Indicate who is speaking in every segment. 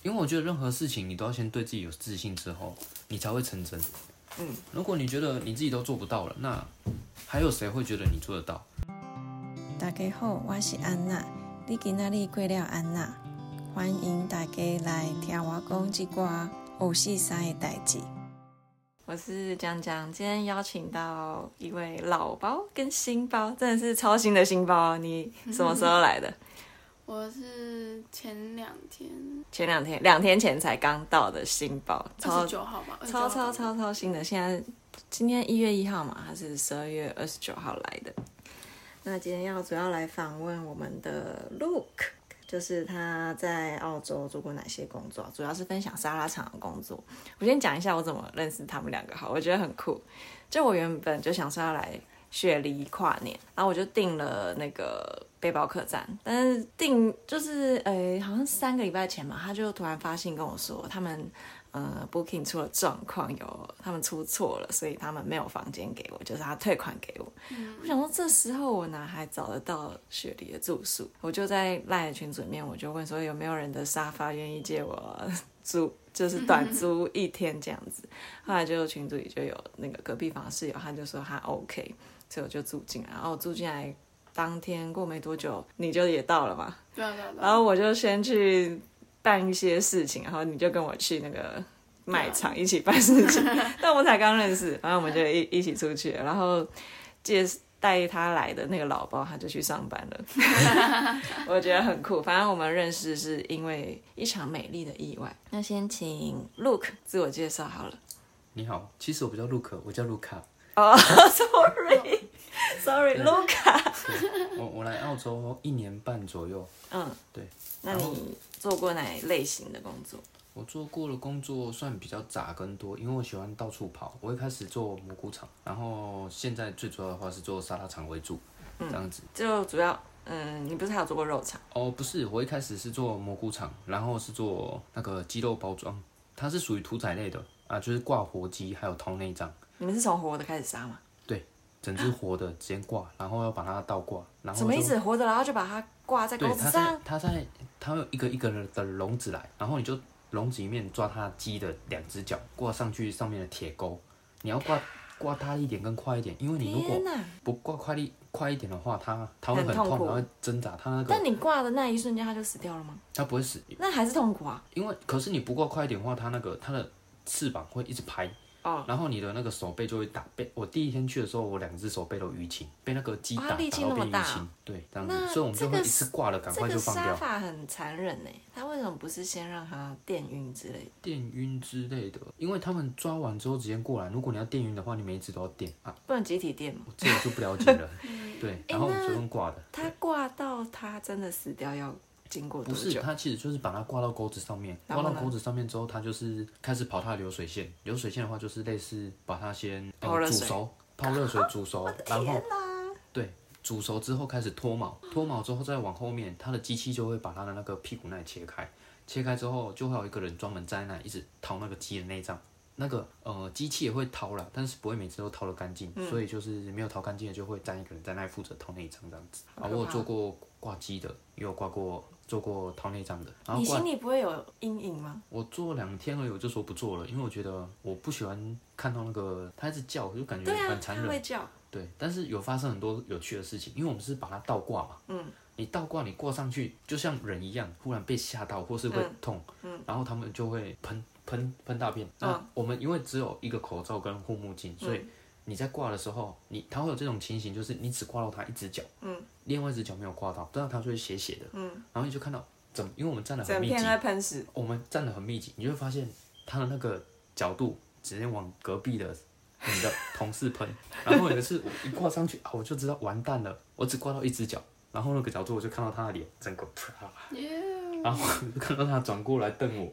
Speaker 1: 因为我觉得任何事情你都要先对自己有自信之后，你才会成真。
Speaker 2: 嗯，
Speaker 1: 如果你觉得你自己都做不到了，那还有谁会觉得你做得到？
Speaker 2: 大家好，我是安娜，你今仔日过了安娜，欢迎大家来听我讲一寡有细三的代志。我是江江，今天邀请到一位老包跟新包，真的是超新的新包。你什么时候来 的？
Speaker 3: 我是前两天，
Speaker 2: 前两天，两天前才刚到的新包，
Speaker 3: 二
Speaker 2: 超
Speaker 3: 十九号吧，
Speaker 2: 超
Speaker 3: 29
Speaker 2: 超
Speaker 3: 号，
Speaker 2: 超超新的，现在今天一月一号嘛，他是十二月二十九号来的。那今天要主要来访问我们的 Luke，就是他在澳洲做过哪些工作，主要是分享沙拉厂的工作。我先讲一下我怎么认识他们两个好，我觉得很酷。就我原本就想说要来雪梨跨年，然后我就订了那个背包客栈，但是订就是诶、好像三个礼拜前嘛，他就突然发信跟我说他们呃 Booking 出了状况，有他们出错了，所以他们没有房间给我，就是他退款给我。我想说这时候我哪还找得到雪梨的住宿？我就在赖的群组里面，我就问说有没有人的沙发愿意借我租，就是短租一天这样子。后来就群组里就有那个隔壁房的室友，他就说他 OK，所以我就住进来，然后我住进来。当天过没多久，你就也到了嘛，
Speaker 3: 对啊对啊对啊，
Speaker 2: 然后哦我就先去办一些事情，然后你就跟我去那个卖场一起办事情。 但我们才刚认识，然后我们就一一起出去了，然后借带他来的那个老包，他就去上班了。 我觉得很酷。反正我们认识是因为一场美丽的意外。那先请 Look 自我介绍好了。
Speaker 1: 你好，其实我不叫陆可，我叫卢卡。
Speaker 2: 哦、s o r r y s o r r y l o o k
Speaker 1: 我我来澳洲一年半左右，
Speaker 2: 嗯，
Speaker 1: 对。
Speaker 2: 那你做过哪类型的工作？
Speaker 1: 我做过的工作算比较杂跟多，因为我喜欢到处跑。我一开始做蘑菇厂，然后现在最主要的话是做沙拉厂为主，
Speaker 2: 嗯
Speaker 1: 这样子。
Speaker 2: 就主要，嗯，你不是还有做过肉厂？
Speaker 1: 哦，不是，我一开始是做蘑菇厂，然后是做那个鸡肉包装，它是属于屠宰类的啊，就是挂活鸡，还有掏内脏，
Speaker 2: 你们是从活的开始杀吗？
Speaker 1: 整只活的直接挂，然后要把它倒挂，然后
Speaker 2: 啊什么
Speaker 1: 就
Speaker 2: 意思？活着然后就把它挂在钩
Speaker 1: 对，
Speaker 2: 子
Speaker 1: 它在
Speaker 2: 上？
Speaker 1: 它在它会有一个一个的笼子来，然后你就笼子里面抓它鸡的两只脚，挂上去上面的铁钩，你要挂挂大力一点跟快一点，因为你如果
Speaker 2: 天哪！
Speaker 1: 不挂快力快一点的话，它它会
Speaker 2: 很
Speaker 1: 很
Speaker 2: 痛
Speaker 1: 痛，
Speaker 2: 苦
Speaker 1: 它会挣扎，它那个
Speaker 2: 但你挂的那一瞬间，它就死掉了吗？
Speaker 1: 它不会死，
Speaker 2: 那还是痛苦啊！
Speaker 1: 因为可是你不挂快一点的话，它那个它的翅膀会一直拍，
Speaker 2: 哦，
Speaker 1: 然后你的那个手背就会打被。我第一天去的时候，我两只手背都淤青，被那个鸡
Speaker 2: 哇
Speaker 1: 打、打到
Speaker 2: 力
Speaker 1: 变
Speaker 2: 气那么大
Speaker 1: 淤青，对，这样子，
Speaker 2: 那
Speaker 1: 所以我们就
Speaker 2: 这
Speaker 1: 会
Speaker 2: 个
Speaker 1: 一次挂了，赶
Speaker 2: 这
Speaker 1: 快
Speaker 2: 个
Speaker 1: 就放
Speaker 2: 杀
Speaker 1: 掉。
Speaker 2: 法很残忍呢。他为什么不是先让它电晕之类的？
Speaker 1: 电晕之类的，因为他们抓完之后直接过来，如果你要电晕的话，你每一只都要电啊，
Speaker 2: 不能集体电吗？
Speaker 1: 我这个就不了解 了。对，然后我
Speaker 2: 哎那
Speaker 1: 们就用挂的，
Speaker 2: 它挂到它真的死掉要经过多
Speaker 1: 不是
Speaker 2: 久？
Speaker 1: 它其实就是把它挂到钩子上面，
Speaker 2: 然后
Speaker 1: 挂
Speaker 2: 呢
Speaker 1: 到钩子上面之后，它就是开始跑它的流水线，流水线的话就是类似把它先、
Speaker 2: 泡
Speaker 1: 呃、
Speaker 2: 热
Speaker 1: 煮
Speaker 2: 水
Speaker 1: 熟，泡热水煮 熟，然后对煮熟之后开始脱毛，脱毛之后再往后面，它的机器就会把它的那个屁股那里切开，切开之后就会有一个人专门在那里一直掏那个鸡的内脏。那个呃，机器也会掏啦，但是不会每次都掏得干净，
Speaker 2: 嗯
Speaker 1: 所以就是没有掏干净的就会站一个人在那里负责掏内脏这样子。
Speaker 2: 好
Speaker 1: 啊，
Speaker 2: 可
Speaker 1: 我有
Speaker 2: 怕
Speaker 1: 做过挂机的，也有挂过做过掏内脏的。然后
Speaker 2: 你
Speaker 1: 挂
Speaker 2: 心里不会有阴影吗？
Speaker 1: 我做两天而已，我就说不做了，因为我觉得我不喜欢看到那个它一直叫，我就感觉
Speaker 2: 对啊
Speaker 1: 嗯很，残
Speaker 2: 它
Speaker 1: 忍。
Speaker 2: 会叫。
Speaker 1: 对，但是有发生很多有趣的事情，因为我们是把它倒挂嘛。
Speaker 2: 嗯。
Speaker 1: 你倒挂，你挂上去就像人一样，忽然被吓到或是会
Speaker 2: 嗯
Speaker 1: 痛，
Speaker 2: 嗯
Speaker 1: 然后他们就会喷喷喷大便。那、
Speaker 2: 嗯
Speaker 1: 我们因为只有一个口罩跟护目镜，所以你在挂的时候，你它会有这种情形，就是你只挂到它一只脚，
Speaker 2: 嗯，
Speaker 1: 另外一只脚没有挂到，这样它就会斜斜的，
Speaker 2: 嗯，
Speaker 1: 然后你就看到怎么，因为我们站得很
Speaker 2: 整
Speaker 1: 密
Speaker 2: 片
Speaker 1: 集
Speaker 2: 都，在喷屎，
Speaker 1: 我们站得很密集，你就会发现他的那个角度直接往隔壁的你的同事喷。然后有一次我一挂上去啊，我就知道完蛋了，我只挂到一只脚，然后那个角度我就看到他的脸，整个啪，然后我就看到他转过来瞪我，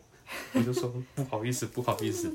Speaker 1: 我就说不好意思，不好意思。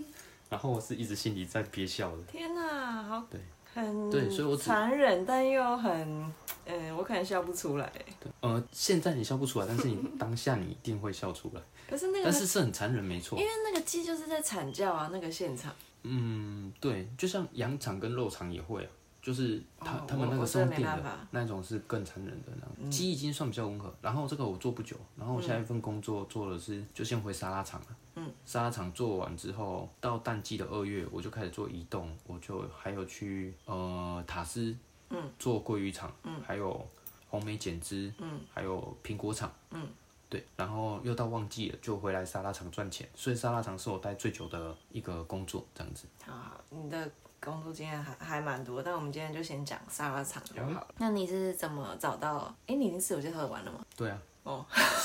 Speaker 1: 然后我是一直心里在憋笑的，
Speaker 2: 天哪，好
Speaker 1: 对
Speaker 2: 很
Speaker 1: 对所以我只
Speaker 2: 残忍，但又很，嗯，我可能笑不出来。
Speaker 1: 对，呃，现在你笑不出来，但是你当下你一定会笑出来，
Speaker 2: 可 是那个
Speaker 1: 但是是很残忍，没错
Speaker 2: 因。为那个鸡就是在惨叫啊，那个现场。
Speaker 1: 嗯，对，就像羊场跟肉场也会啊，就是他、
Speaker 2: 哦
Speaker 1: 他们那
Speaker 2: 我
Speaker 1: 个
Speaker 2: 我
Speaker 1: 是
Speaker 2: 真
Speaker 1: 用
Speaker 2: 的没
Speaker 1: 定
Speaker 2: 办
Speaker 1: 的
Speaker 2: 法，
Speaker 1: 那一种是更残忍的那样。鸡已经算比较温和，然后这个我做不久，然后我下一份工作做的是就先回沙拉厂了。嗯，沙拉厂做完之后，到淡季的二月我就开始做移动，我就还有去呃塔斯，嗯，做鲑鱼厂，嗯，还有红梅减枝，嗯，还有苹果厂，嗯。对，然后又到旺季了，就回来沙拉厂赚钱，所以沙拉厂是我待最久的一个工作，这样子。
Speaker 2: 好好，啊你的工作经验还还蛮多，但我们今天就先讲沙拉厂就好了。那你是怎么找到？哎，你已经自我介绍完 了吗？
Speaker 1: 对啊，
Speaker 2: 哦，好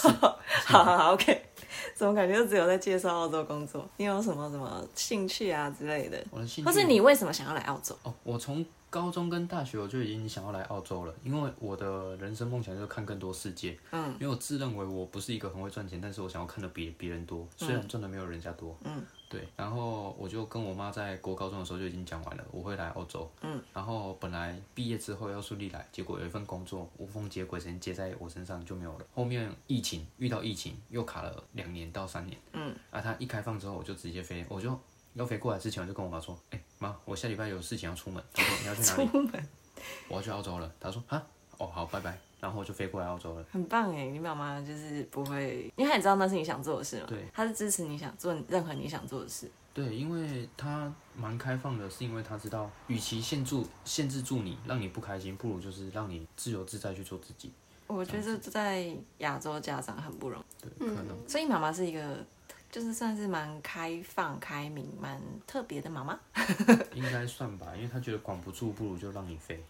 Speaker 2: 好好，OK。怎么感觉就只有在介绍澳洲工作？你有什么什么兴趣啊之类的？
Speaker 1: 我的兴趣
Speaker 2: 或是你为什么想要来澳洲？
Speaker 1: 哦，我从高中跟大学我就已经想要来澳洲了，因为我的人生梦想就是看更多世界。嗯，因为我自认为我不是一个很会赚钱，但是我想要看的比别人多，虽然赚的没有人家多。嗯，对。然后我就跟我妈在国高中的时候就已经讲完了，我会来澳洲。嗯，然后本来毕业之后要顺利来，结果有一份工作无缝接轨，衔接在我身上就没有了。后面疫情遇到疫情又卡了两年到三年。嗯，啊，它一开放之后我就直接飞，我就要飞过来之前，我就跟我妈说：“哎、妈，我下礼拜有事情要 出门。”她说：“你要去哪里？”我要去澳洲了。她说：“啊，哦，好，拜拜。”然后我就飞过来澳洲了。
Speaker 2: 很棒哎，你妈妈就是不会，因为她也知道那是你想做的事嘛。
Speaker 1: 对，
Speaker 2: 她是支持你想做任何你想做的事。
Speaker 1: 对，因为她蛮开放的，是因为她知道，与其限住限制住你，让你不开心，不如就是让你自由自在去做自己。
Speaker 2: 我觉得这在亚洲家长很不容易，
Speaker 1: 对，可能、
Speaker 2: 所以妈妈是一个就是算是蛮开放、开明、蛮特别的妈妈，
Speaker 1: 应该算吧，因为她觉得管不住，不如就让你飞。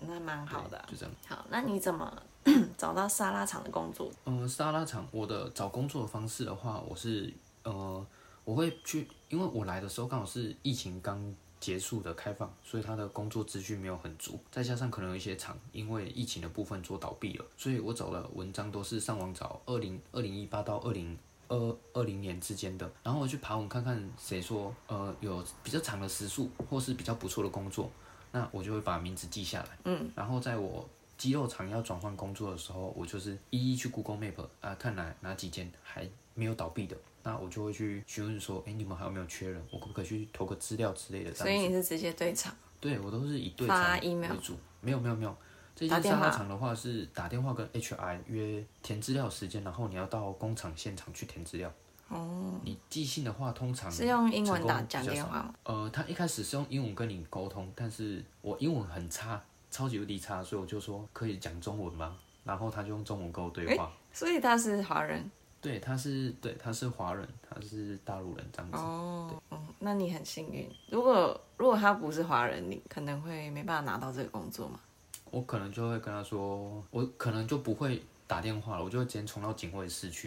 Speaker 2: 那蛮好的啊、
Speaker 1: 对就这样。
Speaker 2: 好，那你怎么 找到沙拉厂的工作？
Speaker 1: 嗯，沙拉厂我的找工作的方式的话，我是呃，我会去，因为我来的时候刚好是疫情刚结束的开放，所以他的工作资讯没有很足，再加上可能有一些厂因为疫情的部分做倒闭了，所以我找的文章都是上网找二零二零一八到二零。二二零年之间的，然后我去爬文看看谁说呃有比较长的时数或是比较不错的工作，那我就会把名字记下来。嗯，然后在我肌肉厂要转换工作的时候，我就是一一去 Google Map 啊，看哪哪几间还没有倒闭的，那我就会去询问说，哎，你们还有没有缺人？我可不可以去投个资料之类的？这
Speaker 2: 所
Speaker 1: 样子
Speaker 2: 以你是直接对厂，
Speaker 1: 对我都是以对
Speaker 2: 发
Speaker 1: 谈为
Speaker 2: email
Speaker 1: 主，没有没有没有。这
Speaker 2: 打
Speaker 1: 间
Speaker 2: 电
Speaker 1: 沙拉
Speaker 2: 话
Speaker 1: 厂的话是打电话跟 HR 约填资料时间，然后你要到工厂现场去填资料。哦，你寄信的话，通常
Speaker 2: 是用英
Speaker 1: 成
Speaker 2: 文
Speaker 1: 功
Speaker 2: 打
Speaker 1: 比
Speaker 2: 讲
Speaker 1: 较
Speaker 2: 电
Speaker 1: 少
Speaker 2: 话吗？
Speaker 1: 呃，他一开始是用英文跟你沟通，但是我英文很差，超级无敌差，所以我就说可以讲中文吗？然后他就用中文跟我对话。
Speaker 2: 所以他是华人
Speaker 1: 对，他是对，他是华人，他是大陆人这样子。
Speaker 2: 哦，嗯，那你很幸运。如果如果他不是华人，你可能会没办法拿到这个工作嘛。
Speaker 1: 我可能就会跟他说，我可能就不会打电话了，我就会直接冲到警卫室 去，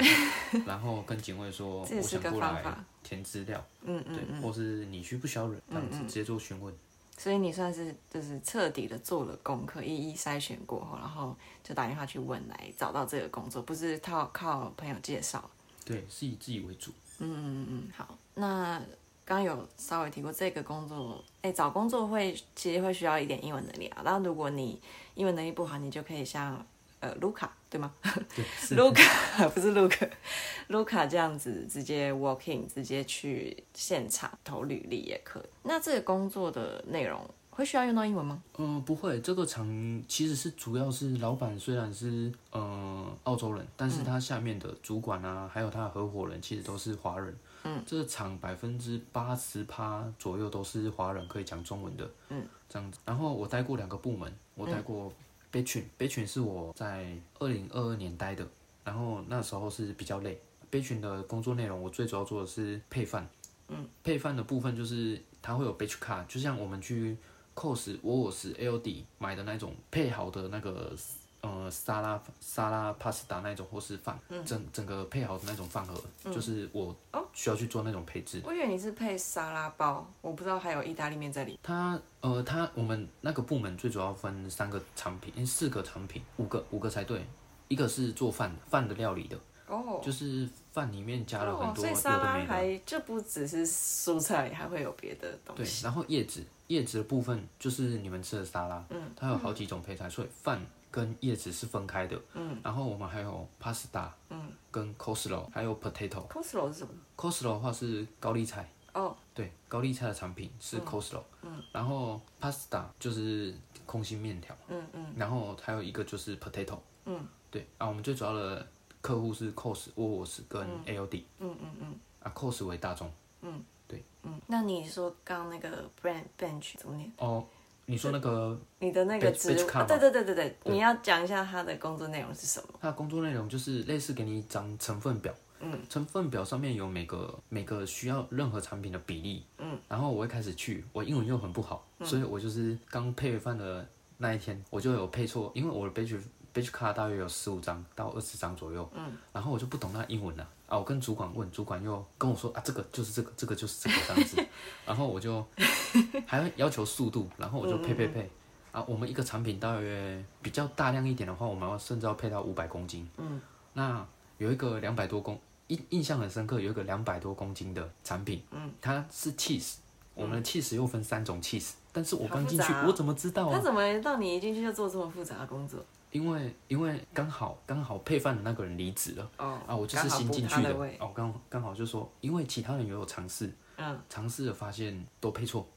Speaker 1: 然后跟警卫说
Speaker 2: 这也
Speaker 1: 我
Speaker 2: 是
Speaker 1: 想
Speaker 2: 个
Speaker 1: 过
Speaker 2: 方
Speaker 1: 来
Speaker 2: 法
Speaker 1: 填资料，
Speaker 2: 嗯嗯
Speaker 1: 对，或是你需不需要人这样子，直接做询问。
Speaker 2: 所以你算是就是彻底的做了功课，一一筛选过后，然后就打电话去问来找到这个工作，不是靠靠朋友介绍。
Speaker 1: 对，是以自己为主。
Speaker 2: 嗯嗯嗯，好，那刚刚有稍微提过这个工作，哎，找工作会其实会需要一点英文能力啊。但如果你英文能力不好，你就可以像呃卢卡对吗？
Speaker 1: 对，是
Speaker 2: 卢卡不是卢卡，卢卡这样子直接 walk in，直接去现场投履历也可以。那这个工作的内容会需要用到英文吗？
Speaker 1: 嗯、不会，这个厂其实是主要是老板虽然是呃澳洲人，但
Speaker 2: 嗯
Speaker 1: 是他下面的主管啊，还有他的合伙人其实都是华人。嗯，这个厂百分之八十趴左右都是华人，可以讲中文的。嗯，这样子。然后我待过两个部门，我待过北群，北群是我在二零二二年待的，然后那时候是比较累。北群的工作内容，我最主要做的是配饭。嗯，配饭的部分就是它会有 batch card，就像我们去 cos、wos、ld 买的那种配好的那个呃沙拉沙拉 pasta 那种或是饭，整整个配好的那种饭盒，就是我需要去做那种配置。
Speaker 2: 我以为你是配沙拉包，我不知道还有意大利面这里。
Speaker 1: 它呃，它我们那个部门最主要分三个产品，诶四个产品，五个五个才对。一个是做饭饭的料理的，
Speaker 2: 哦，
Speaker 1: 就是饭里面加了
Speaker 2: 哦
Speaker 1: 很，多
Speaker 2: 所以
Speaker 1: 有
Speaker 2: 沙
Speaker 1: 的
Speaker 2: 拉
Speaker 1: 没的。
Speaker 2: 还就不只是蔬菜，还会有别的东
Speaker 1: 对，
Speaker 2: 西。
Speaker 1: 然后叶子，叶子的部分就是你们吃的沙拉，嗯，它有好几种配菜，所以饭跟叶子是分开的，嗯，然后我们还有 pasta，嗯，跟 coleslaw，还有 potato。
Speaker 2: Coslo 是什么？
Speaker 1: coleslaw 的话是高丽菜，
Speaker 2: 哦，
Speaker 1: 对，高丽菜的产品是 Coslo，嗯，然后 pasta 就是空心面条，
Speaker 2: 嗯嗯
Speaker 1: 然后还有一个就是 potato，
Speaker 2: 嗯
Speaker 1: 对啊，我们最主要的客户是 Cos、Woolworths 跟 AOD，
Speaker 2: 嗯嗯嗯
Speaker 1: 啊，Cos 为大众，
Speaker 2: 嗯。那你说刚那个 brand bench 怎么念？
Speaker 1: 哦，你说那个
Speaker 2: 你的那个
Speaker 1: Bench-
Speaker 2: 职
Speaker 1: bench
Speaker 2: 务
Speaker 1: card 吗
Speaker 2: 啊，对对对对对，你要讲一下他的工作内容是什么？
Speaker 1: 它的工作内容就是类似给你一张成分表，
Speaker 2: 嗯，
Speaker 1: 成分表上面有每个每个需要任何产品的比例，
Speaker 2: 嗯，
Speaker 1: 然后我一开始去，我英文又很不好，所以我就是刚配饭的那一天，我就有配错，因为我的 b a g e b a g e card 大约有十五张到二十张左右，嗯，然后我就不懂那英文了、啊，我跟主管问，主管又跟我说啊，这个就是这个，这个就是这个这样子，然后我 就还要要求速度，然后我就
Speaker 2: 嗯
Speaker 1: 配配配。啊，我们一个产品大约比较大量一点的话，我们要甚至要配到五百公斤。
Speaker 2: 嗯，
Speaker 1: 那有一个两百多公，印印象很深刻，有一个两百多公斤的产品，
Speaker 2: 嗯，
Speaker 1: 它是 cheese，我们的 cheese 又分三种 cheese，但是我
Speaker 2: 好
Speaker 1: 刚
Speaker 2: 复
Speaker 1: 进去，
Speaker 2: 杂哦
Speaker 1: 我怎么知道
Speaker 2: 他
Speaker 1: 啊？
Speaker 2: 怎么让你一进去就做这么复杂的工作？
Speaker 1: 因为因为刚好刚好配饭的那个人离职了。
Speaker 2: 哦
Speaker 1: 啊，我就是新进去
Speaker 2: 刚好补他
Speaker 1: 的
Speaker 2: 的位，
Speaker 1: 哦，刚刚好就说，因为其他人也有尝试，
Speaker 2: 嗯，
Speaker 1: 尝试了发现都配错，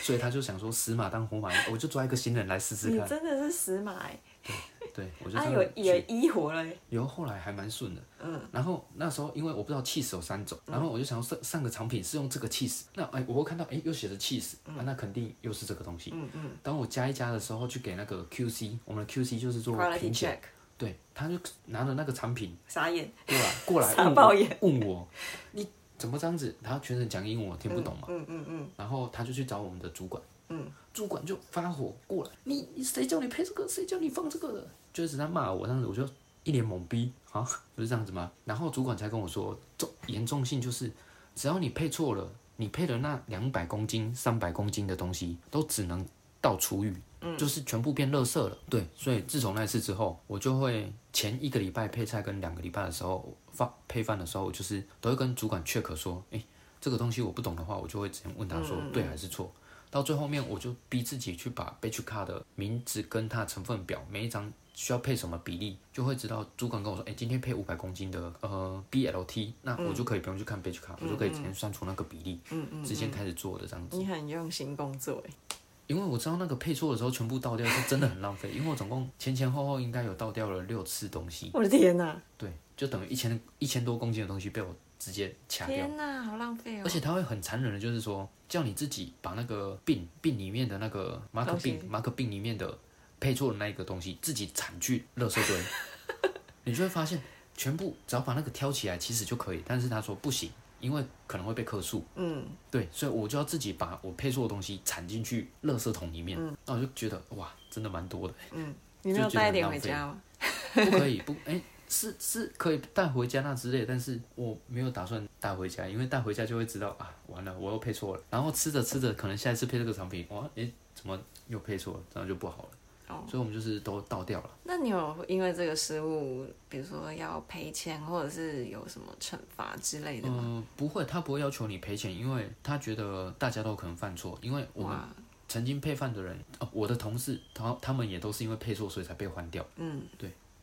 Speaker 1: 所以他就想说死马当活马医，我就抓一个新人来试试
Speaker 2: 你
Speaker 1: 看。
Speaker 2: 真的是死马哎、
Speaker 1: 对，我就
Speaker 2: 啊
Speaker 1: 这
Speaker 2: 有
Speaker 1: 样去
Speaker 2: 也医活了欸、
Speaker 1: 有后来还蛮顺的，
Speaker 2: 嗯，
Speaker 1: 然后那时候因为我不知道 cheese 有三种，然后我就想说上上个产品是用这个 cheese，那哎我会看到哎又写着 cheese，、啊那肯定又是这个东西，
Speaker 2: 嗯嗯
Speaker 1: 当我加一加的时候去给那个 QC，我们的 QC 就是做
Speaker 2: ，quality
Speaker 1: 评检，
Speaker 2: check，
Speaker 1: 对，他就拿着那个产 品
Speaker 2: 傻眼，
Speaker 1: 过来过来
Speaker 2: 傻
Speaker 1: 问
Speaker 2: 爆
Speaker 1: 我
Speaker 2: 眼
Speaker 1: 问我你怎么这样子，他全程讲英文我听不懂嘛，
Speaker 2: 嗯嗯嗯，
Speaker 1: 然后他就去找我们的主管，
Speaker 2: 嗯，
Speaker 1: 主管就发火过来，你你谁叫你配这个，谁叫你放这个的，就是他骂我，当时我就一脸懵逼啊，不是这样子吗？然后主管才跟我说，重严重性就是，只要你配错了，你配的那两百公斤、三百公斤的东西，都只能到厨余。
Speaker 2: 嗯
Speaker 1: 就是全部变垃圾了，对，所以自从那次之后，我就会前一个礼拜配菜跟两个礼拜的时候放配饭的时候，我就是都会跟主管 check 说，哎、这个东西我不懂的话，我就会直接问他
Speaker 2: 嗯
Speaker 1: 说对还是错。到最后面，我就逼自己去把 batch card 的名字跟它的成分表每一张需要配什么比例，就会知道主管跟我说，哎、今天配五百公斤的呃 BLT，那我就可以不用去看 batch card，、我就可以直接算出那个比例，
Speaker 2: 嗯嗯
Speaker 1: 直接开始做的这样子。
Speaker 2: 你很用心工作哎、
Speaker 1: 因为我知道那个配错的时候全部倒掉是真的很浪费，因为我总共前前后后应该有倒掉了六次东西，
Speaker 2: 我的天哪、
Speaker 1: 对，就等于一千一千多公斤的东西被我直接掐掉。
Speaker 2: 天哪、好浪费哦、
Speaker 1: 而且他会很残忍的，就是说叫你自己把那个病病里面的那个马克
Speaker 2: 东西
Speaker 1: 病马克病里面的配错的那一个东西自己铲去垃圾堆， 你就会发现全部只要把那个挑起来其实就可以，但是他说不行，因为可能会被克数，
Speaker 2: 嗯，
Speaker 1: 对，所以我就要自己把我配错的东西铲进去垃圾桶里面，
Speaker 2: 嗯
Speaker 1: 那我就觉得哇，真的蛮多的，
Speaker 2: 你没有
Speaker 1: 就觉得
Speaker 2: 带一点
Speaker 1: 很
Speaker 2: 回
Speaker 1: 浪费
Speaker 2: 家吗？
Speaker 1: 不可以不哎。是是可以带回家那之类，但是我没有打算带回家，因为带回家就会知道啊，完了我又配错了。然后吃着吃着，可能下一次配这个产品，哇，诶，怎么又配错了？这样就不好了。
Speaker 2: 哦，
Speaker 1: 所以我们就是都倒掉了。
Speaker 2: 那你有因为这个失误，比如说要赔钱，或者是有什么惩罚之类的
Speaker 1: 嗯、
Speaker 2: 吗？
Speaker 1: 不会，他不会要求你赔钱，因为他觉得大家都可能犯错，因为嗯我们
Speaker 2: 哇，
Speaker 1: 曾经配饭的人，哦，我的同事，他他们也都是因为配错，所以才被换掉。
Speaker 2: 嗯，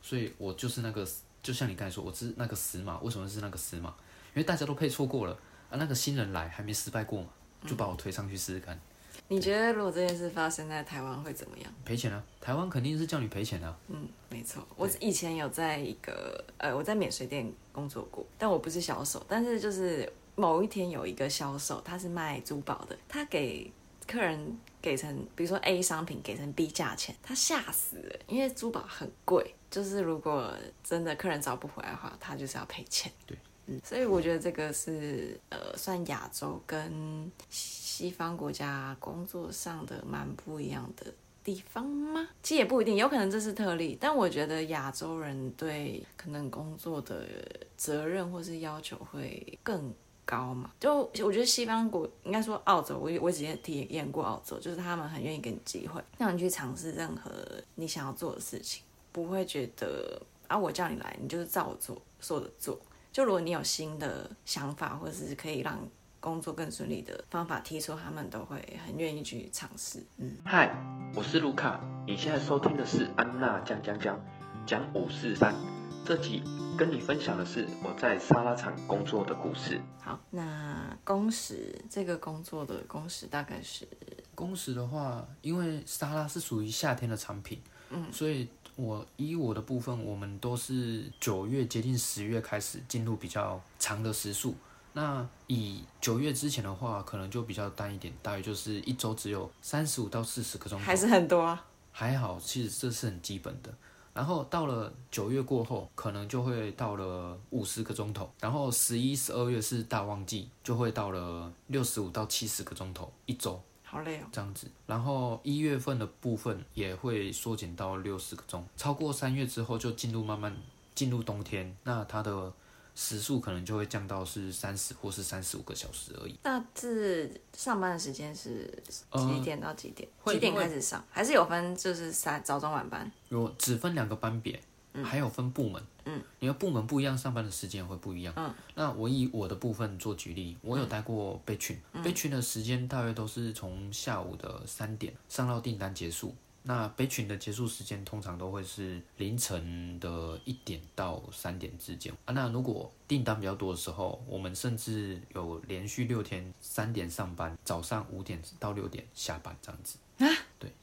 Speaker 1: 所以我就是那个，就像你刚才说，我是那个死马。为什么是那个死马？因为大家都配错过了啊，那个新人来还没失败过嘛，就把我推上去试试看，
Speaker 2: 你觉得如果这件事发生在台湾会怎么样？
Speaker 1: 赔钱啊！台湾肯定是叫你赔钱啊。
Speaker 2: 嗯，没错，我以前有在一个呃，我在免税店工作过，但我不是销售，但是就是某一天有一个销售，他是卖珠宝的，他给客人给成，比如说 A 商品给成 B 价钱，他吓死了，因为珠宝很贵，就是如果真的客人找不回来的话，他就是要赔钱。
Speaker 1: 对，
Speaker 2: 嗯，所以我觉得这个是呃，算亚洲跟西方国家工作上的蛮不一样的地方吗？其实也不一定，有可能这是特例。但我觉得亚洲人对可能工作的责任或是要求会更高嘛。就我觉得西方国应该说澳洲，我也我只体验过澳洲，就是他们很愿意给你机会，让你去尝试任何你想要做的事情，不会觉得啊我叫你来，你就是照我做说的做。就如果你有新的想法，或者是可以让工作更顺利的方法提出，他们都会很愿意去尝试。嗯。
Speaker 4: 嗨，我是卢卡，你现在收听的是安娜讲讲讲讲五四三，
Speaker 1: 这集跟你分享的是我在沙拉厂工作的故事。
Speaker 2: 好，那工时这个工作的工时大概是
Speaker 1: 工时的话，因为沙拉是属于夏天的产品，
Speaker 2: 嗯
Speaker 1: 所以我依我的部分，我们都是九月接近十月开始进入比较长的时数。那以九月之前的话，可能就比较淡一点，大约就是一周只有三十五到四十个钟头，
Speaker 2: 还是很多啊。
Speaker 1: 还好，其实这是很基本的。然后到了九月过后，可能就会到了五十个钟头，然后十一、十二月是大旺季，就会到了六十五到七十个钟头一周
Speaker 2: 好累哦，
Speaker 1: 这样子。然后一月份的部分也会缩减到六十个钟，超过三月之后就进入慢慢进入冬天，那它的时速可能就会降到是三十或是三十五个小时而已。呃
Speaker 2: 那是上班的时间是几点到几点？
Speaker 1: 会
Speaker 2: 几点
Speaker 1: 因为
Speaker 2: 开始上？还是有分，就是三早中晚班？
Speaker 1: 有只分两个班别，还有分部门。
Speaker 2: 嗯，
Speaker 1: 你的部门不一样，上班的时间也会不一样。嗯，那我以我的部分做举例，我有待过备群，备群的时间大约都是从下午的三点上到订单结束。那备群的结束时间通常都会是凌晨的一点到三点之间啊。那如果订单比较多的时候，我们甚至有连续六天三点上班，早上五点到六点下班这样子。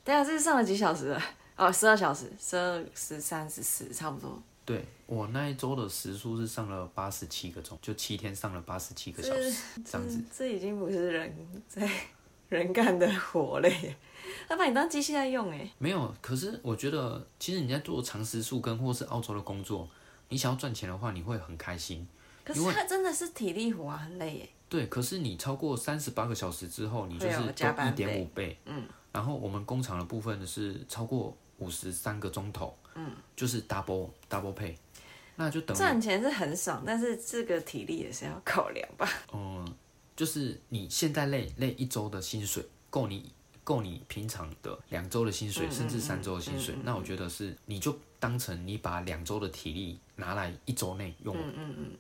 Speaker 2: 对啊，这是上了几小时了？哦，十二小时，十二、十三、十四，差不多。
Speaker 1: 对我那一周的时速是上了八十七个钟，就七天上了八十七个小时，这样子。
Speaker 2: 这已经不是人在人干的活了耶，他把你当机器在用哎。
Speaker 1: 没有，可是我觉得，其实你在做长时速跟或是澳洲的工作，你想要赚钱的话，你会很开心。
Speaker 2: 可是他真的是体力活啊，很累耶。
Speaker 1: 对，可是你超过三十八个小时之后，你就是
Speaker 2: 会有加
Speaker 1: 都一
Speaker 2: 班
Speaker 1: 点
Speaker 2: 费
Speaker 1: 五倍。嗯。然后我们工厂的部分是超过五十三个钟头。嗯。就是 double double pay，那就等于
Speaker 2: 赚钱是很爽，但是这个体力也是要考量吧。
Speaker 1: 嗯，就是你现在累累一周的薪水，够你够你平常的两周的薪水，甚至三周的薪水，那我觉得是你就当成你把两周的体力拿来一周内用，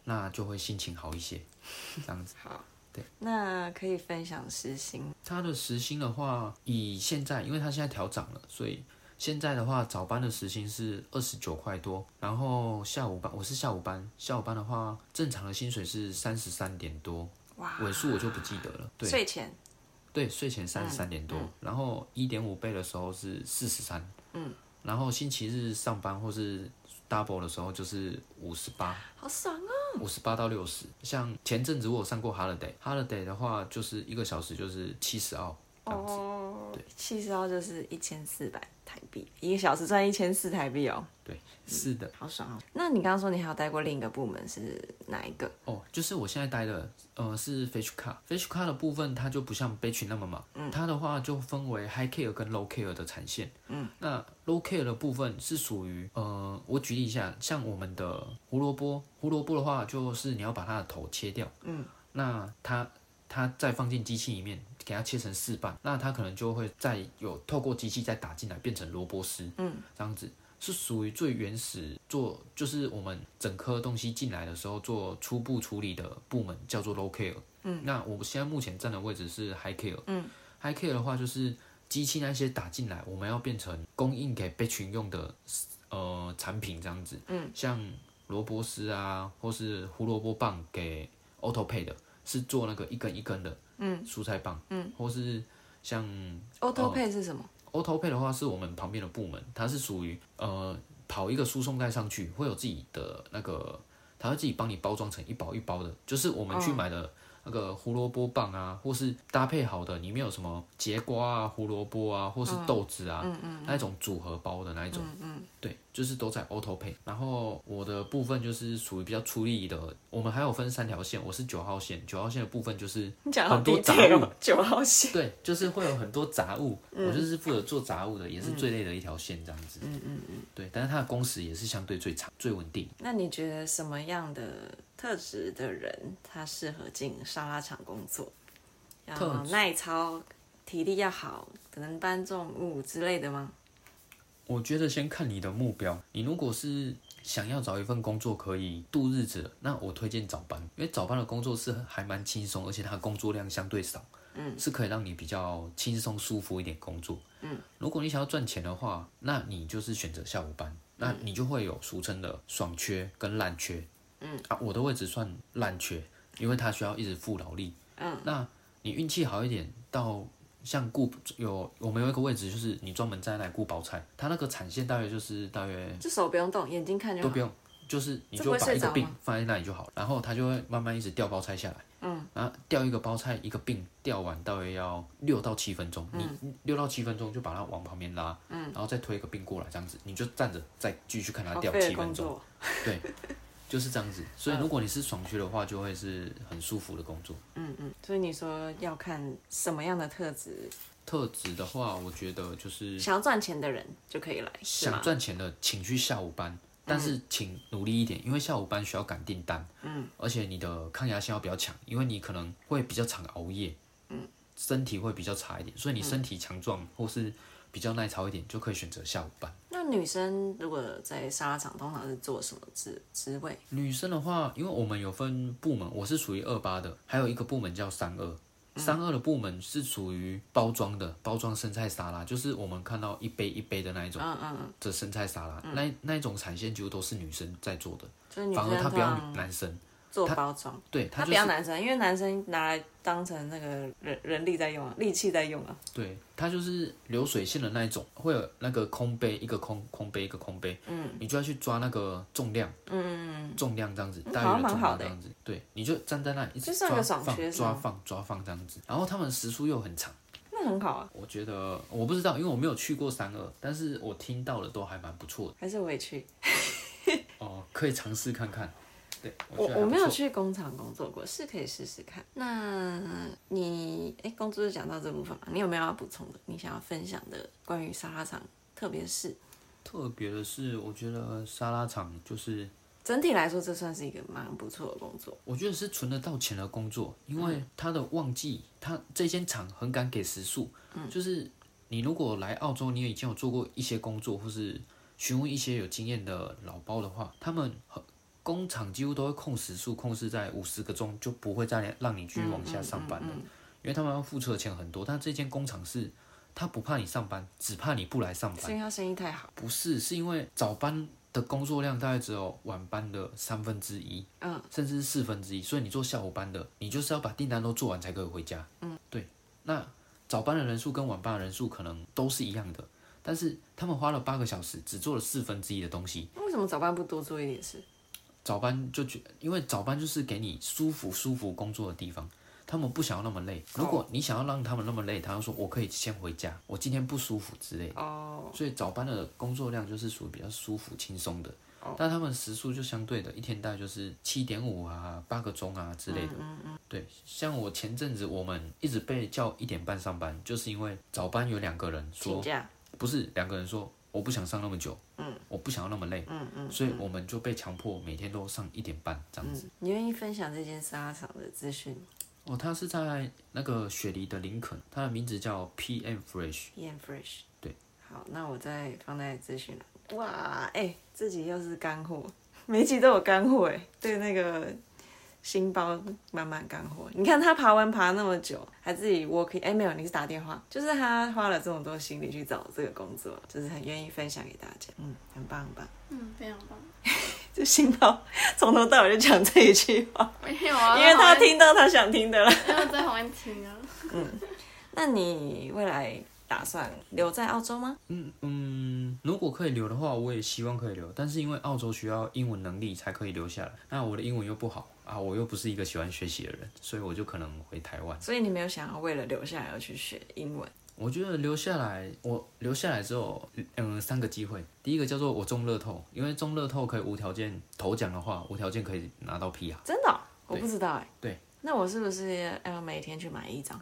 Speaker 1: 那就会心情好一些。这样子，
Speaker 2: 好，对，那可以分享时薪，
Speaker 1: 他的时薪的话，以现在，因为他现在调涨了，所以。现在的话，早班的时薪是二十九块多，然后下午班我是下午班，下午班的话，正常的薪水是三十三点多，
Speaker 2: 哇，
Speaker 1: 尾数我就不记得了。对，
Speaker 2: 睡前
Speaker 1: 对，睡前三十三点多，然后一点五倍的时候是四十三，嗯，然后星期日上班或是 double 的时候就是五十八，
Speaker 2: 好爽哦。
Speaker 1: 五十八到六十。像前阵子我有上过 holiday，holiday 的话就是一个小时就是七十澳这样子，
Speaker 2: 哦，七十号就是一千四百台币，一个小时赚一千四台币哦。
Speaker 1: 对，是的，
Speaker 2: 好爽哦！那你刚刚说你还有待过另一个部门是哪一个？
Speaker 1: 哦，就是我现在待的，呃，是 fish car，fish car 的部分它就不像 batch 那么忙，它的话就分为 high care 跟 low care 的产线，嗯，那 low care 的部分是属于，呃，我举例一下，像我们的胡萝卜，胡萝卜的话就是你要把它的头切掉，嗯，那它它再放进机器里面，给它切成四瓣，那它可能就会再有透过机器再打进来变成萝卜丝，嗯，这样子。是属于最原始做，就是我们整颗东西进来的时候做初步处理的部门叫做 low care。嗯，那我现在目前站的位置是 high care。嗯，high care 的话就是机器那些打进来，我们要变成供应给被群用的呃产品这样子。嗯，像萝卜丝啊，或是胡萝卜棒给 auto pay 的，是做那个一根一根的。嗯，蔬菜棒。嗯，或是像哦
Speaker 2: Auto Pay 是什么？
Speaker 1: Auto Pay 的话是我们旁边的部门，它是属于呃跑一个输送带上去，会有自己的那个，它会自己帮你包装成一包一包的，就是我们去买的呃那个胡萝卜棒啊，或是搭配好的，里面有什么节瓜啊、胡萝卜啊，或是豆子
Speaker 2: 嗯
Speaker 1: 啊，那一种组合包的那一种，对，就是都在 Auto Pay。然后我的部分就是属于比较出力的，我们还有分三条线，我是九号线，九号线的部分就是
Speaker 2: 你讲得好
Speaker 1: 很多杂
Speaker 2: detail
Speaker 1: 物
Speaker 2: 哦，九号线。
Speaker 1: 对，就是会有很多杂物，我就是负责做杂物的，也是最累的一条线这样子。嗯嗯嗯。对，但是它的工时也是相对最长、最稳定。
Speaker 2: 那你觉得什么样的特质的人他适合进沙拉厂工作？然
Speaker 1: 特
Speaker 2: 后
Speaker 1: 质
Speaker 2: 耐操，体力要好，可能搬重物之类的吗？
Speaker 1: 我觉得先看你的目标，你如果是想要找一份工作可以度日子的，那我推荐早班，因为早班的工作是还蛮轻松，而且它的工作量相对少，嗯，是可以让你比较轻松舒服一点工作。嗯，如果你想要赚钱的话，那你就是选择下午班。那你就会有俗称的爽缺跟烂缺。
Speaker 5: 嗯
Speaker 1: 啊，我的位置算烂缺，因为他需要一直付劳力。
Speaker 5: 嗯，
Speaker 1: 那你运气好一点，到像顾有我们有一个位置，就是你专门在那里顾包菜，它那个产线大约就是大约
Speaker 5: 就手不用动，眼睛看就
Speaker 1: 都
Speaker 5: 好
Speaker 1: 不。用，就是你
Speaker 5: 这
Speaker 1: 就
Speaker 5: 不会
Speaker 1: 把
Speaker 5: 睡
Speaker 1: 一个
Speaker 5: 着
Speaker 1: 病
Speaker 5: 吗
Speaker 1: 放在那里就好了，然后它就会慢慢一直掉包菜下来。嗯，然后掉一个包菜一个病掉完大约要六到七分钟，
Speaker 5: 嗯
Speaker 1: 你六到七分钟就把它往旁边拉，嗯，然后再推一个病过来，这样子你就站着再继续看它
Speaker 5: 好
Speaker 1: 掉
Speaker 5: 废的
Speaker 1: 七分
Speaker 5: 工
Speaker 1: 钟，
Speaker 5: 作，
Speaker 1: 对，就是这样子。所以如果你是爽区的话，就会是很舒服的工作。
Speaker 5: 嗯嗯，所以你说要看什么样的特质，
Speaker 1: 特质的话，我觉得就是
Speaker 5: 想要赚钱的人就可以来，是
Speaker 1: 想
Speaker 5: 吗？嗯
Speaker 1: 赚钱的，请去下午班，但是请努力一点，因为下午班需要赶订单，嗯，而且你的抗压性要比较强，因为你可能会比较常熬夜，嗯，身体会比较差一点，
Speaker 5: 嗯
Speaker 1: 所以你身体强壮或是比较耐操一点，就可以选择下午班。
Speaker 5: 那女生如果在沙拉场通常是做什么职职位？
Speaker 1: 女生的话，因为我们有分部门，我是属于二八的，还有一个部门叫三二。
Speaker 5: 嗯
Speaker 1: 三二的部门是属于包装的，包装生菜沙拉，就是我们看到一杯一杯的那一种
Speaker 5: 嗯嗯嗯，
Speaker 1: 的生菜沙拉，那那一种产线几乎都是女生在做的。
Speaker 5: 就是女
Speaker 1: 反而
Speaker 5: 生
Speaker 1: 他
Speaker 5: 通
Speaker 1: 不要
Speaker 5: 常
Speaker 1: 男生，
Speaker 5: 做包装，
Speaker 1: 对他
Speaker 5: 她
Speaker 1: 就
Speaker 5: 不要
Speaker 1: 是
Speaker 5: 男生，因为男生拿来当成那个人人力在用啊，力气在用啊。
Speaker 1: 对他就是流水线的那一种，会有那个空杯一个空空杯一个空杯，嗯，你就要去抓那个重量，嗯，重量这样子，大
Speaker 5: 好
Speaker 1: 约
Speaker 5: 像
Speaker 1: 的
Speaker 5: 蛮
Speaker 1: 重
Speaker 5: 好
Speaker 1: 量
Speaker 5: 的
Speaker 1: 这样子，对，你就站在那里一直
Speaker 5: 就像
Speaker 1: 抓
Speaker 5: 个爽
Speaker 1: 放
Speaker 5: 学是
Speaker 1: 抓
Speaker 5: 吗
Speaker 1: 放抓放这样子，然后他们时速又很长，
Speaker 5: 那很好啊，
Speaker 1: 我觉得我不知道，因为我没有去过三二，但是我听到的都还蛮不错的，
Speaker 5: 还是我也去。
Speaker 1: 哦，可以尝试看看，对
Speaker 5: 我
Speaker 1: 觉得还
Speaker 5: 我
Speaker 1: 不
Speaker 5: 没有
Speaker 1: 错
Speaker 5: 去工厂工作过，是可以试试看。那你哎，工作就讲到这部分嘛，你有没有要补充的？你想要分享的关于沙拉场，特别是
Speaker 1: 特别的是，我觉得沙拉厂就是
Speaker 5: 整体来说，这算是一个蛮不错的工作。
Speaker 1: 我觉得是存得到钱的工作，因为他的旺季，他这间厂很敢给时数，就是你如果来澳洲，你已经有做过一些工作，或是询问一些有经验的老包的话，他们很工厂几乎都会控时数，控制在五十个钟，就不会再让你继续往下上班了，因为他们要付出的钱很多，但这间工厂是。他不怕你上班，只怕你不来上班
Speaker 5: 是。因为他生意太好，
Speaker 1: 不是，是因为早班的工作量大概只有晚班的三分之一，
Speaker 5: 嗯，
Speaker 1: 甚至是四分之一，所以你做下午班的，你就是要把订单都做完才可以回家，嗯，对。那早班的人数跟晚班的人数可能都是一样的，但是他们花了八个小时，只做了四分之一的东西。
Speaker 5: 为什么早班不多做一点事？
Speaker 1: 早班就觉，因为早班就是给你舒服舒服工作的地方。他们不想要那么累，如果你想要让他们那么累，他就说我可以先回家，我今天不舒服之类的。
Speaker 5: 哦，
Speaker 1: 所以早班的工作量就是属于比较舒服轻松的
Speaker 5: 哦。
Speaker 1: 但他们时速就相对的，一天大概就是七点五啊、八个钟啊之类的。对，像我前阵子我们一直被叫一点半上班，就是因为早班有两个人
Speaker 5: 请
Speaker 1: 说，
Speaker 5: 假，
Speaker 1: 不是两个人说我不想上那么久，嗯，我不想要那么累，嗯嗯，所以我们就被强迫每天都上一点半这样子。
Speaker 5: 嗯，你愿意分享这间沙拉场的资讯吗
Speaker 1: 哦，他是在那个雪梨的林肯，他的名字叫 P.M. Fresh。
Speaker 5: ？Ian Fresh，
Speaker 1: 对，
Speaker 5: 好，那我再放在资讯栏。哇，哎、这集又是干货，每一集都有干货哎，对那个新包满满干货。你看他爬文爬那么久，还自己 working，哎、没有，你是打电话，就是他花了这么多心力去找这个工作，就是很愿意分享给大家，嗯，很棒很棒。
Speaker 3: 嗯，非常棒。
Speaker 5: 就新包从头到尾就讲这一句话。
Speaker 3: 啊因为我
Speaker 5: 因为他
Speaker 3: 在
Speaker 5: 听到他想听的了。
Speaker 3: 旁边，因为我在旁边听啊。
Speaker 5: 那你未来打算留在澳洲吗？
Speaker 1: 嗯嗯，如果可以留的话，我也希望可以留，但是因为澳洲需要英文能力才可以留下来，那我的英文又不好啊，我又不是一个喜欢学习的人，所以我就可能回台湾。
Speaker 5: 所以你没有想要为了留下来而去学英文？
Speaker 1: 我觉得留下来，我留下来之后，嗯，三个机会，第一个叫做我中乐透，因为中乐透可以无条件头奖的话，无条件可以拿到啊 PR。
Speaker 5: 真的哦、我
Speaker 1: 对
Speaker 5: 不知道哎、
Speaker 1: 对。
Speaker 5: 那我是不是要每天去买一张？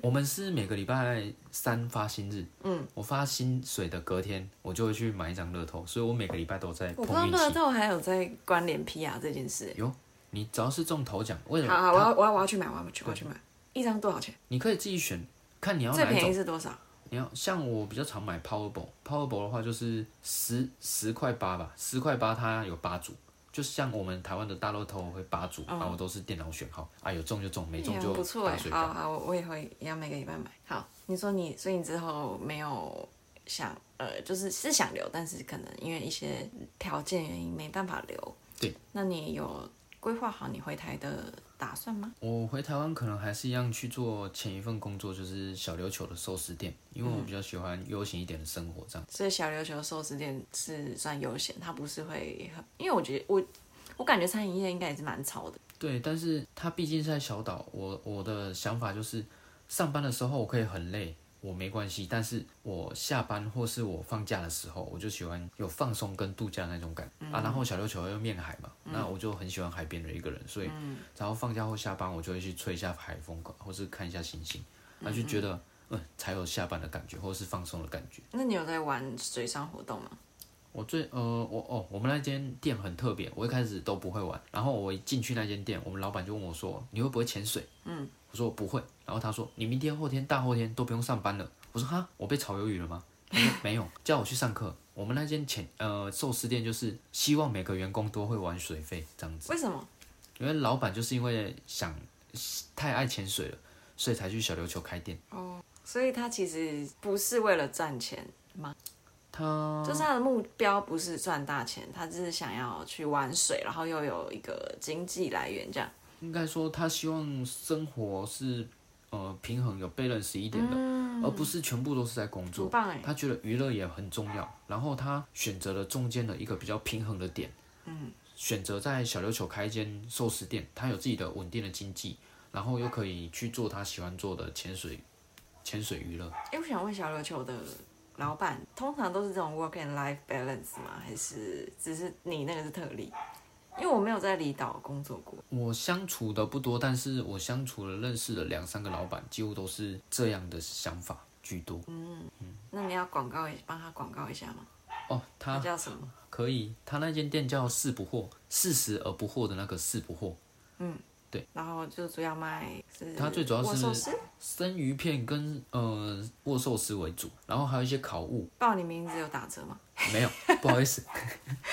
Speaker 1: 我们是每个礼拜三发薪日，嗯，我发薪水的隔天，我就会去买一张乐透，所以我每个礼拜都在
Speaker 5: 我不知道
Speaker 1: 哎碰运
Speaker 5: 乐
Speaker 1: 气。
Speaker 5: 透还有在关联 PR 这件事、
Speaker 1: 有，你只要是中头奖，为
Speaker 5: 欸。
Speaker 1: 了
Speaker 5: 好
Speaker 1: 它
Speaker 5: 好，我要我要我要去买，我要去我要去买。一张多少钱？
Speaker 1: 你可以自己选，看你要
Speaker 5: 最
Speaker 1: 哪一
Speaker 5: 便宜
Speaker 1: 种。
Speaker 5: 是多少？
Speaker 1: 你要像我比较常买 Powerball，Powerball 的话就是十十块八吧，十块八它有八组，就像我们台湾的大乐透会八组，然后都是电脑选号啊，有中就中，没
Speaker 5: 也
Speaker 1: 中
Speaker 5: 很
Speaker 1: 就
Speaker 5: 哦不错哎、
Speaker 1: 打水
Speaker 5: 好
Speaker 1: 漂。
Speaker 5: 好，我我也会也要每个礼拜买。好，你说你，所以你之后没有想呃，就是是想留，但是可能因为一些条件原因没办法留。
Speaker 1: 对，
Speaker 5: 那你有规划好你回台的打算吗？
Speaker 1: 我回台湾可能还是一样去做前一份工作，就是小琉球的寿司店，因为我比较喜欢悠闲一点的生活这样。
Speaker 5: 所以小琉球寿司店是算悠闲，它不是会很，因为我觉得我我感觉餐饮业应该也是蛮吵的。
Speaker 1: 对，但是它毕竟是在小岛，我我的想法就是，上班的时候我可以很累，我没关系，但是我下班或是我放假的时候，我就喜欢有放松跟度假那种感、啊。然后小琉球又面海嘛，那我就很喜欢海边的一个人，所以然后放假或下班，我就会去吹一下海风，或是看一下星星，那就觉得嗯才有下班的感觉，或是放松的感觉。
Speaker 5: 那你有在玩水上活动吗？
Speaker 1: 我最呃，我哦，我们那间店很特别，我一开始都不会玩，然后我一进去那间店，我们老板就问我说：“你会不会潜水？”嗯，我说我不会，然后他说：“你明天、后天、大后天都不用上班了。”我说：“哈，我被炒鱿鱼了吗？”他说：“没有，叫我去上课。”我们那间潜呃寿司店就是希望每个员工都会玩水费这样子，
Speaker 5: 为什么？
Speaker 1: 因为老板就是因为想太爱潜水了，所以才去小琉球开店。
Speaker 5: 所以它其实不是为了赚钱吗？
Speaker 1: 他
Speaker 5: 就是他的目标不是赚大钱，他只是想要去玩水，然后又有一个经济来源这样。
Speaker 1: 应该说，他希望生活是呃平衡、有 balance 一点的，而不是全部都是在工
Speaker 5: 很
Speaker 1: 作。
Speaker 5: 棒哎，
Speaker 1: 他觉得娱乐也很重要，然后他选择了中间的一个比较平衡的点，嗯，选择在小琉球开一间寿司店，他有自己的稳定的经济，然后又可以去做他喜欢做的潜水、潜水娱乐。
Speaker 5: 哎、我想问小琉球的老板，通常都是这种 work and life balance 吗？还是只是你那个是特例？因为我没有在离岛工作过，
Speaker 1: 我相处的不多，但是我相处了认识了两三个老板，几乎都是这样的想法居多。
Speaker 5: 那你要广告一帮他广告一下吗？
Speaker 1: 哦，
Speaker 5: 他
Speaker 1: 他
Speaker 5: 叫什么？
Speaker 1: 可以，他那间店叫“四不惑”，四十而不惑的那个“四不惑
Speaker 5: 然后就主要卖是
Speaker 1: 它最主要是
Speaker 5: 握寿司，”，
Speaker 1: 生鱼片跟呃握寿司为主，然后还有一些烤物，
Speaker 5: 报你名字有打折吗？
Speaker 1: 没有， 不好意思，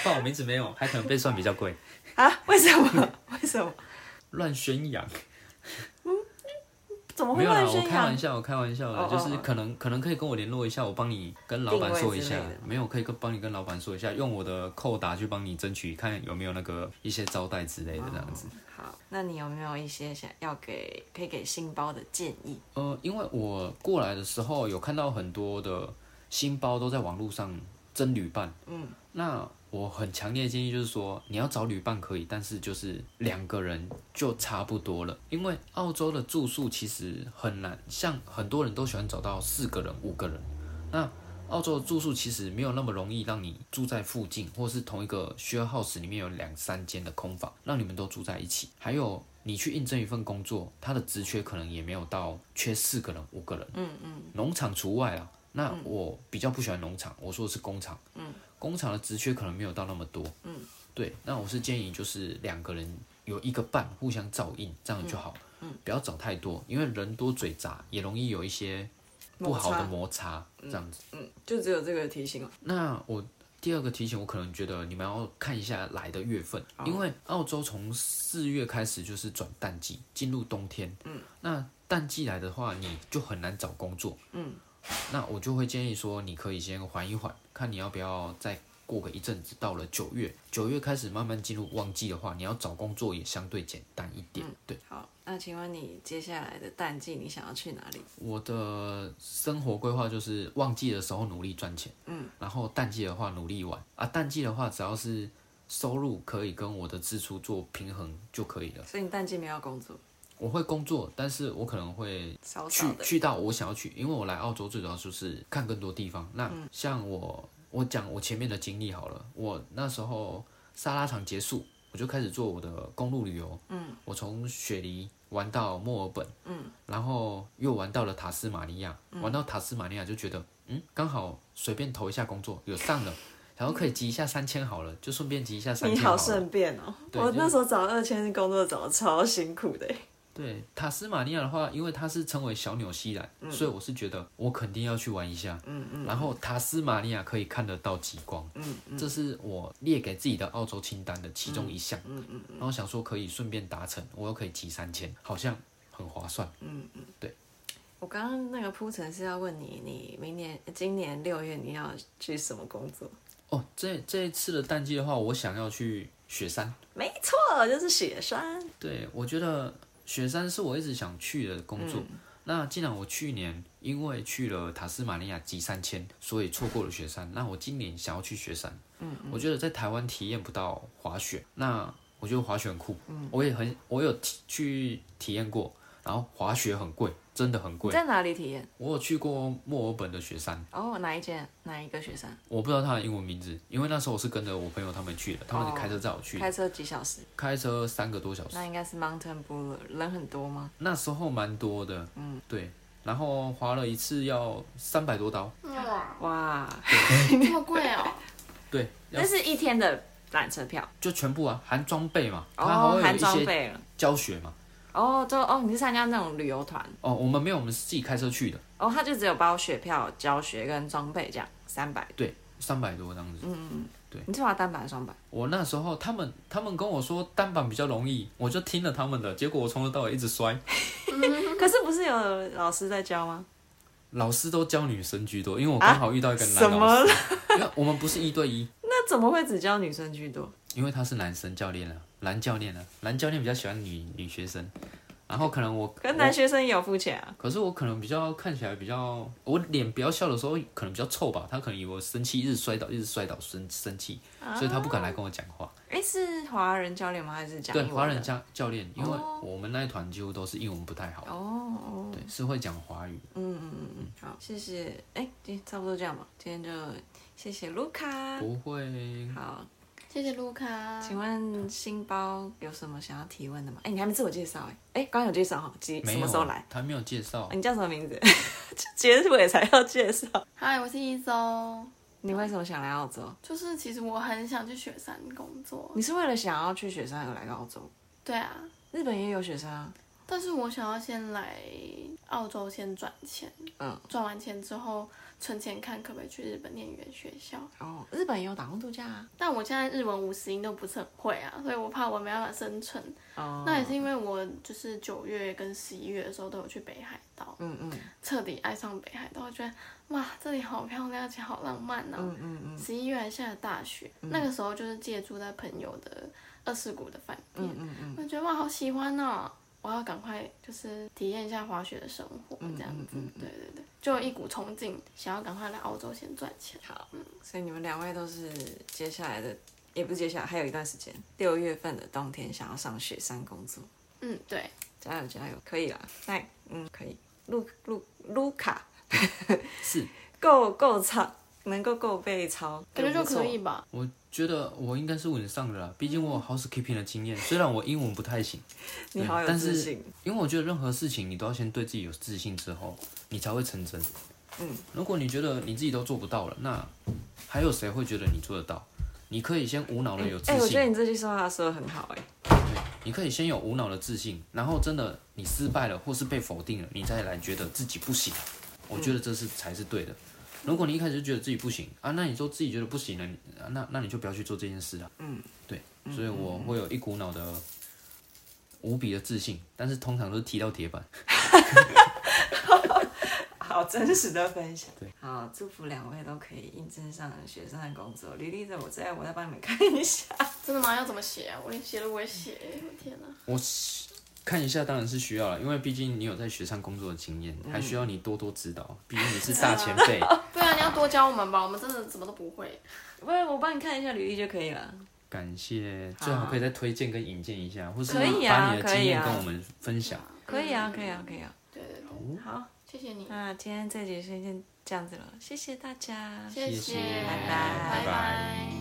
Speaker 1: 报我名字没有，还可能被算比较贵，
Speaker 5: 啊？为什么？ 为什么？
Speaker 1: 乱宣 扬，
Speaker 5: 怎么
Speaker 1: 没
Speaker 5: 会
Speaker 1: 有啦，
Speaker 5: 乱
Speaker 1: 我
Speaker 5: 宣
Speaker 1: 开
Speaker 5: 扬
Speaker 1: 玩？笑，我开玩笑的，
Speaker 5: 哦
Speaker 1: 就是
Speaker 5: 哦哦
Speaker 1: 可能可能可以跟我联络一下，我帮你跟老板说一下
Speaker 5: 定位之类，
Speaker 1: 没有可以跟帮你跟老板说一下，用我的扣打去帮你争取，看有没有那个一些招待之类的这样子。
Speaker 5: 好，那你有没有一些想要给可以给新包的建议？
Speaker 1: 呃，因为我过来的时候有看到很多的新包都在网络上争旅伴，
Speaker 5: 嗯，
Speaker 1: 那我很强烈的建议就是说，你要找旅伴可以，但是就是两个人就差不多了，因为澳洲的住宿其实很难，像很多人都喜欢找到四个人、五个人，那。澳洲的住宿其实没有那么容易让你住在附近，或是同一个 share house 里面有两三间的空房，让你们都住在一起。还有你去应征一份工作，它的职缺可能也没有到缺四个人、五个人，
Speaker 5: 嗯嗯，
Speaker 1: 农场除外啊。那我比较不喜欢农场，我说的是工厂，
Speaker 5: 嗯，
Speaker 1: 工厂的职缺可能没有到那么多，嗯，对。那我是建议就是两个人有一个伴，互相照应，这样就好，嗯，不要找太多，因为人多嘴杂，也容易有一些不好的摩擦，嗯这样子。
Speaker 5: 就只有这个提醒了。
Speaker 1: 那我第二个提醒，我可能觉得你们要看一下来的月份，因为澳洲从四月开始就是转淡季，进入冬天。嗯，那淡季来的话，你就很难找工作。嗯，那我就会建议说，你可以先缓一缓，看你要不要再。过个一阵子，到了九月，九月开始慢慢进入旺季的话，你要找工作也相对简单一点。对，
Speaker 5: 好，那请问你接下来的淡季你想要去哪里？
Speaker 1: 我的生活规划就是旺季的时候努力赚钱，嗯，然后淡季的话努力玩啊。淡季的话，只要是收入可以跟我的支出做平衡就可以了。
Speaker 5: 所以你淡季没有工作，
Speaker 1: 我会工作，但是我可能会
Speaker 5: 少
Speaker 1: 去
Speaker 5: 少的。
Speaker 1: 去到我想要去，因为我来澳洲最主要就是看更多地方。那
Speaker 5: 嗯
Speaker 1: 像我，我讲我前面的经历好了，我那时候沙拉场结束，我就开始做我的公路旅游。嗯，我从雪梨玩到墨尔本，嗯，然后又玩到了塔斯马尼亚，
Speaker 5: 嗯
Speaker 1: 玩到塔斯马尼亚就觉得，嗯，刚好随便投一下工作有上了。然后可以集一下三千好了，就顺便集一下三
Speaker 5: 嗯你
Speaker 1: 千
Speaker 5: 好
Speaker 1: 了。
Speaker 5: 顺便哦、
Speaker 1: 对
Speaker 5: 我
Speaker 1: 就是
Speaker 5: 那时候找二千工作找的超辛苦的欸，
Speaker 1: 对塔斯马尼亚的话，因为它是称为小纽西兰，所以我是觉得我肯定要去玩一下。嗯嗯。然后塔斯马尼亚可以看得到极光，嗯这是我列给自己的澳洲清单的其中一项。嗯嗯。然后想说可以顺便达成，我又可以集三千，好像很划算。
Speaker 5: 我刚刚那个铺陈是要问你，你明年、今年六月你要去什么工作？
Speaker 1: 哦，这这一次的淡季的话，我想要去雪山。
Speaker 5: 没错，哦就是雪山。
Speaker 1: 对，我觉得雪山是我一直想去的工作。那既然我去年因为去了塔斯马尼亚极山千，所以错过了雪山，那我今年想要去雪山。嗯我觉得在台湾体验不到滑雪，那我觉得滑雪很酷。嗯，我也很，我有体去体验过，然后滑雪很贵，真的很
Speaker 5: 你
Speaker 1: 贵。
Speaker 5: 在哪里体验？
Speaker 1: 我有去过墨尔本的雪山，
Speaker 5: 哦，哪一间？哪一个雪山？
Speaker 1: 我不知道它的英文名字，因为那时候我是跟着我朋友他们去的，他们是开车载我去的，
Speaker 5: 开车几小时？
Speaker 1: 开车三个多小时。
Speaker 5: 那应该是 Mountain Blue，人很多吗？
Speaker 1: 那时候蛮多的，嗯，对，然后划了一次要三百多刀，
Speaker 3: 哇，
Speaker 5: 哇，
Speaker 3: 这么贵哦！
Speaker 1: 对，要
Speaker 5: 那是一天的缆车票
Speaker 1: 就全部啊，含装备嘛，它还
Speaker 5: 哦，
Speaker 1: 会有
Speaker 5: 含
Speaker 1: 一
Speaker 5: 装
Speaker 1: 些
Speaker 5: 备了。
Speaker 1: 教学嘛，
Speaker 5: 哦，就哦，你是参加那种旅游团
Speaker 1: 哦，我们没有，我们是自己开车去的，
Speaker 5: 哦，他就只有包雪票、教学跟装备这样，三百。
Speaker 1: 对，三百多这样子。
Speaker 5: 嗯你是滑单板还是双板？
Speaker 1: 我那时候他们他们跟我说单板比较容易，我就听了他们的，结果我从头到尾一直摔，
Speaker 5: 可是不是有老师在教吗？
Speaker 1: 老师都教女生居多，因为我刚好遇到一个
Speaker 5: 啊什
Speaker 1: 男
Speaker 5: 么
Speaker 1: 老师， 因为我们不是一对一，
Speaker 5: 那怎么会只教女生居多？
Speaker 1: 因为他是男生教练啊，男教练啊，男教练比较喜欢女女学生，然后可能我
Speaker 5: 可是
Speaker 1: 我
Speaker 5: 男学生也有付钱啊。
Speaker 1: 可是我可能比较看起来比较，我脸不要笑的时候可能比较臭吧，他可能以为我生气，一直摔倒，一直摔倒生生气，所以他不敢来跟我讲话。
Speaker 5: 哎，是华人教练吗？还是讲
Speaker 1: 对，
Speaker 5: 英文的
Speaker 1: 华人教教练，因为我们那一团几乎都是英文不太好，
Speaker 5: 哦，
Speaker 1: 对，是会讲华语。
Speaker 5: 嗯好，谢谢。哎，今天差不多这样吧，今天就谢谢卢卡。
Speaker 1: 不会，
Speaker 5: 好，
Speaker 3: 谢谢卢卡，
Speaker 5: 请问新包有什么想要提问的吗？哎，你还没自我介绍哎。哎，刚刚有介绍哈，几什
Speaker 1: 没
Speaker 5: 么
Speaker 1: 有，
Speaker 5: 时候来？
Speaker 1: 他没有介绍
Speaker 5: 啊。你叫什么名字？ 结尾才要介绍。
Speaker 3: 嗨，我是一周。
Speaker 5: 你为什么想来澳洲？
Speaker 3: 就是其实我很想去雪山工作，
Speaker 5: 你是为了想要去雪山而来澳洲？
Speaker 3: 对啊，
Speaker 5: 日本也有雪山啊。
Speaker 3: 但是我想要先来澳洲先赚钱，
Speaker 5: 嗯，
Speaker 3: 赚完钱之后存钱看可不可以去日本念语言学校。
Speaker 5: 哦，日本也有打工度假啊。
Speaker 3: 但我现在日文五十音都不是很会啊，所以我怕我没办法生存。
Speaker 5: 哦，
Speaker 3: 那也是因为我就是九月跟十一月的时候都有去北海道，
Speaker 5: 嗯嗯
Speaker 3: 彻底爱上北海道，我觉得哇，这里好漂亮，而且好浪漫哦。
Speaker 5: 嗯嗯嗯
Speaker 3: 十一月还下了大雪，那个时候就是借住在朋友的二世谷的饭店，
Speaker 5: 嗯嗯
Speaker 3: 我觉得哇，好喜欢哦！我要赶快就是体验一下滑雪的生活，
Speaker 5: 嗯
Speaker 3: 这样子，对对对，就有一股冲劲，想要赶快来澳洲先赚钱。
Speaker 5: 好。所以你们两位都是接下来的，也不是接下来，还有一段时间，六月份的冬天想要上雪山工作，
Speaker 3: 嗯，对，
Speaker 5: 加油加油，可以啦。那嗯，可以。路路卢卡
Speaker 1: 是，
Speaker 5: 够够操，能够够被操，
Speaker 3: 感觉就
Speaker 5: 不错
Speaker 3: 可以。吧。
Speaker 1: 我觉得我应该是稳上的啦，毕竟我有 housekeeping 的经验，虽然我英文不太行，
Speaker 5: 嗯你好有
Speaker 1: 但
Speaker 5: 自
Speaker 1: 是
Speaker 5: 信。
Speaker 1: 因为我觉得任何事情你都要先对自己有自信之后，你才会成真。
Speaker 5: 嗯，
Speaker 1: 如果你觉得你自己都做不到了，那还有谁会觉得你做得到？你可以先无脑的有自
Speaker 5: 哎、我觉
Speaker 1: 信，
Speaker 5: 得你这句说话说的很好哎、
Speaker 1: 你可以先有无脑的自信，然后真的你失败了或是被否定了，你再来觉得自己不行。我觉得这是才是对的。如果你一开始就觉得自己不行啊，那你都自己觉得不行了，你啊那那你就不要去做这件事了。嗯，对，所以我会有一股脑的无比的自信，但是通常都是踢到铁板。
Speaker 5: 好真实的分享。
Speaker 1: 对，
Speaker 5: 好，祝福两位都可以应征上学生的工作。履历的我在我再帮你们看一 下。
Speaker 3: 真的吗？要怎么写啊？我连写都不会写，我天哪！
Speaker 1: 我是看一下当然是需要了，因为毕竟你有在雪上工作的经验，
Speaker 5: 嗯
Speaker 1: 还需要你多多指 导，毕竟你是大前辈。
Speaker 3: 对啊，你要多教我们吧，我们真的什么都不会。
Speaker 5: 不然我帮你看一下履历就可以了。
Speaker 3: 嗯
Speaker 1: 感谢，最好可以再推荐跟引荐一下，或是
Speaker 5: 可以啊
Speaker 1: 把你的经验
Speaker 5: 可以啊
Speaker 1: 跟我们分享。
Speaker 5: 可以啊，可以啊，可以啊。
Speaker 3: 对对对，
Speaker 1: 嗯
Speaker 5: 好，
Speaker 3: 谢谢你，
Speaker 5: 那今天这集先这样子了，谢谢大家。
Speaker 3: 谢
Speaker 1: 谢谢
Speaker 3: 拜
Speaker 1: 拜拜
Speaker 3: 拜。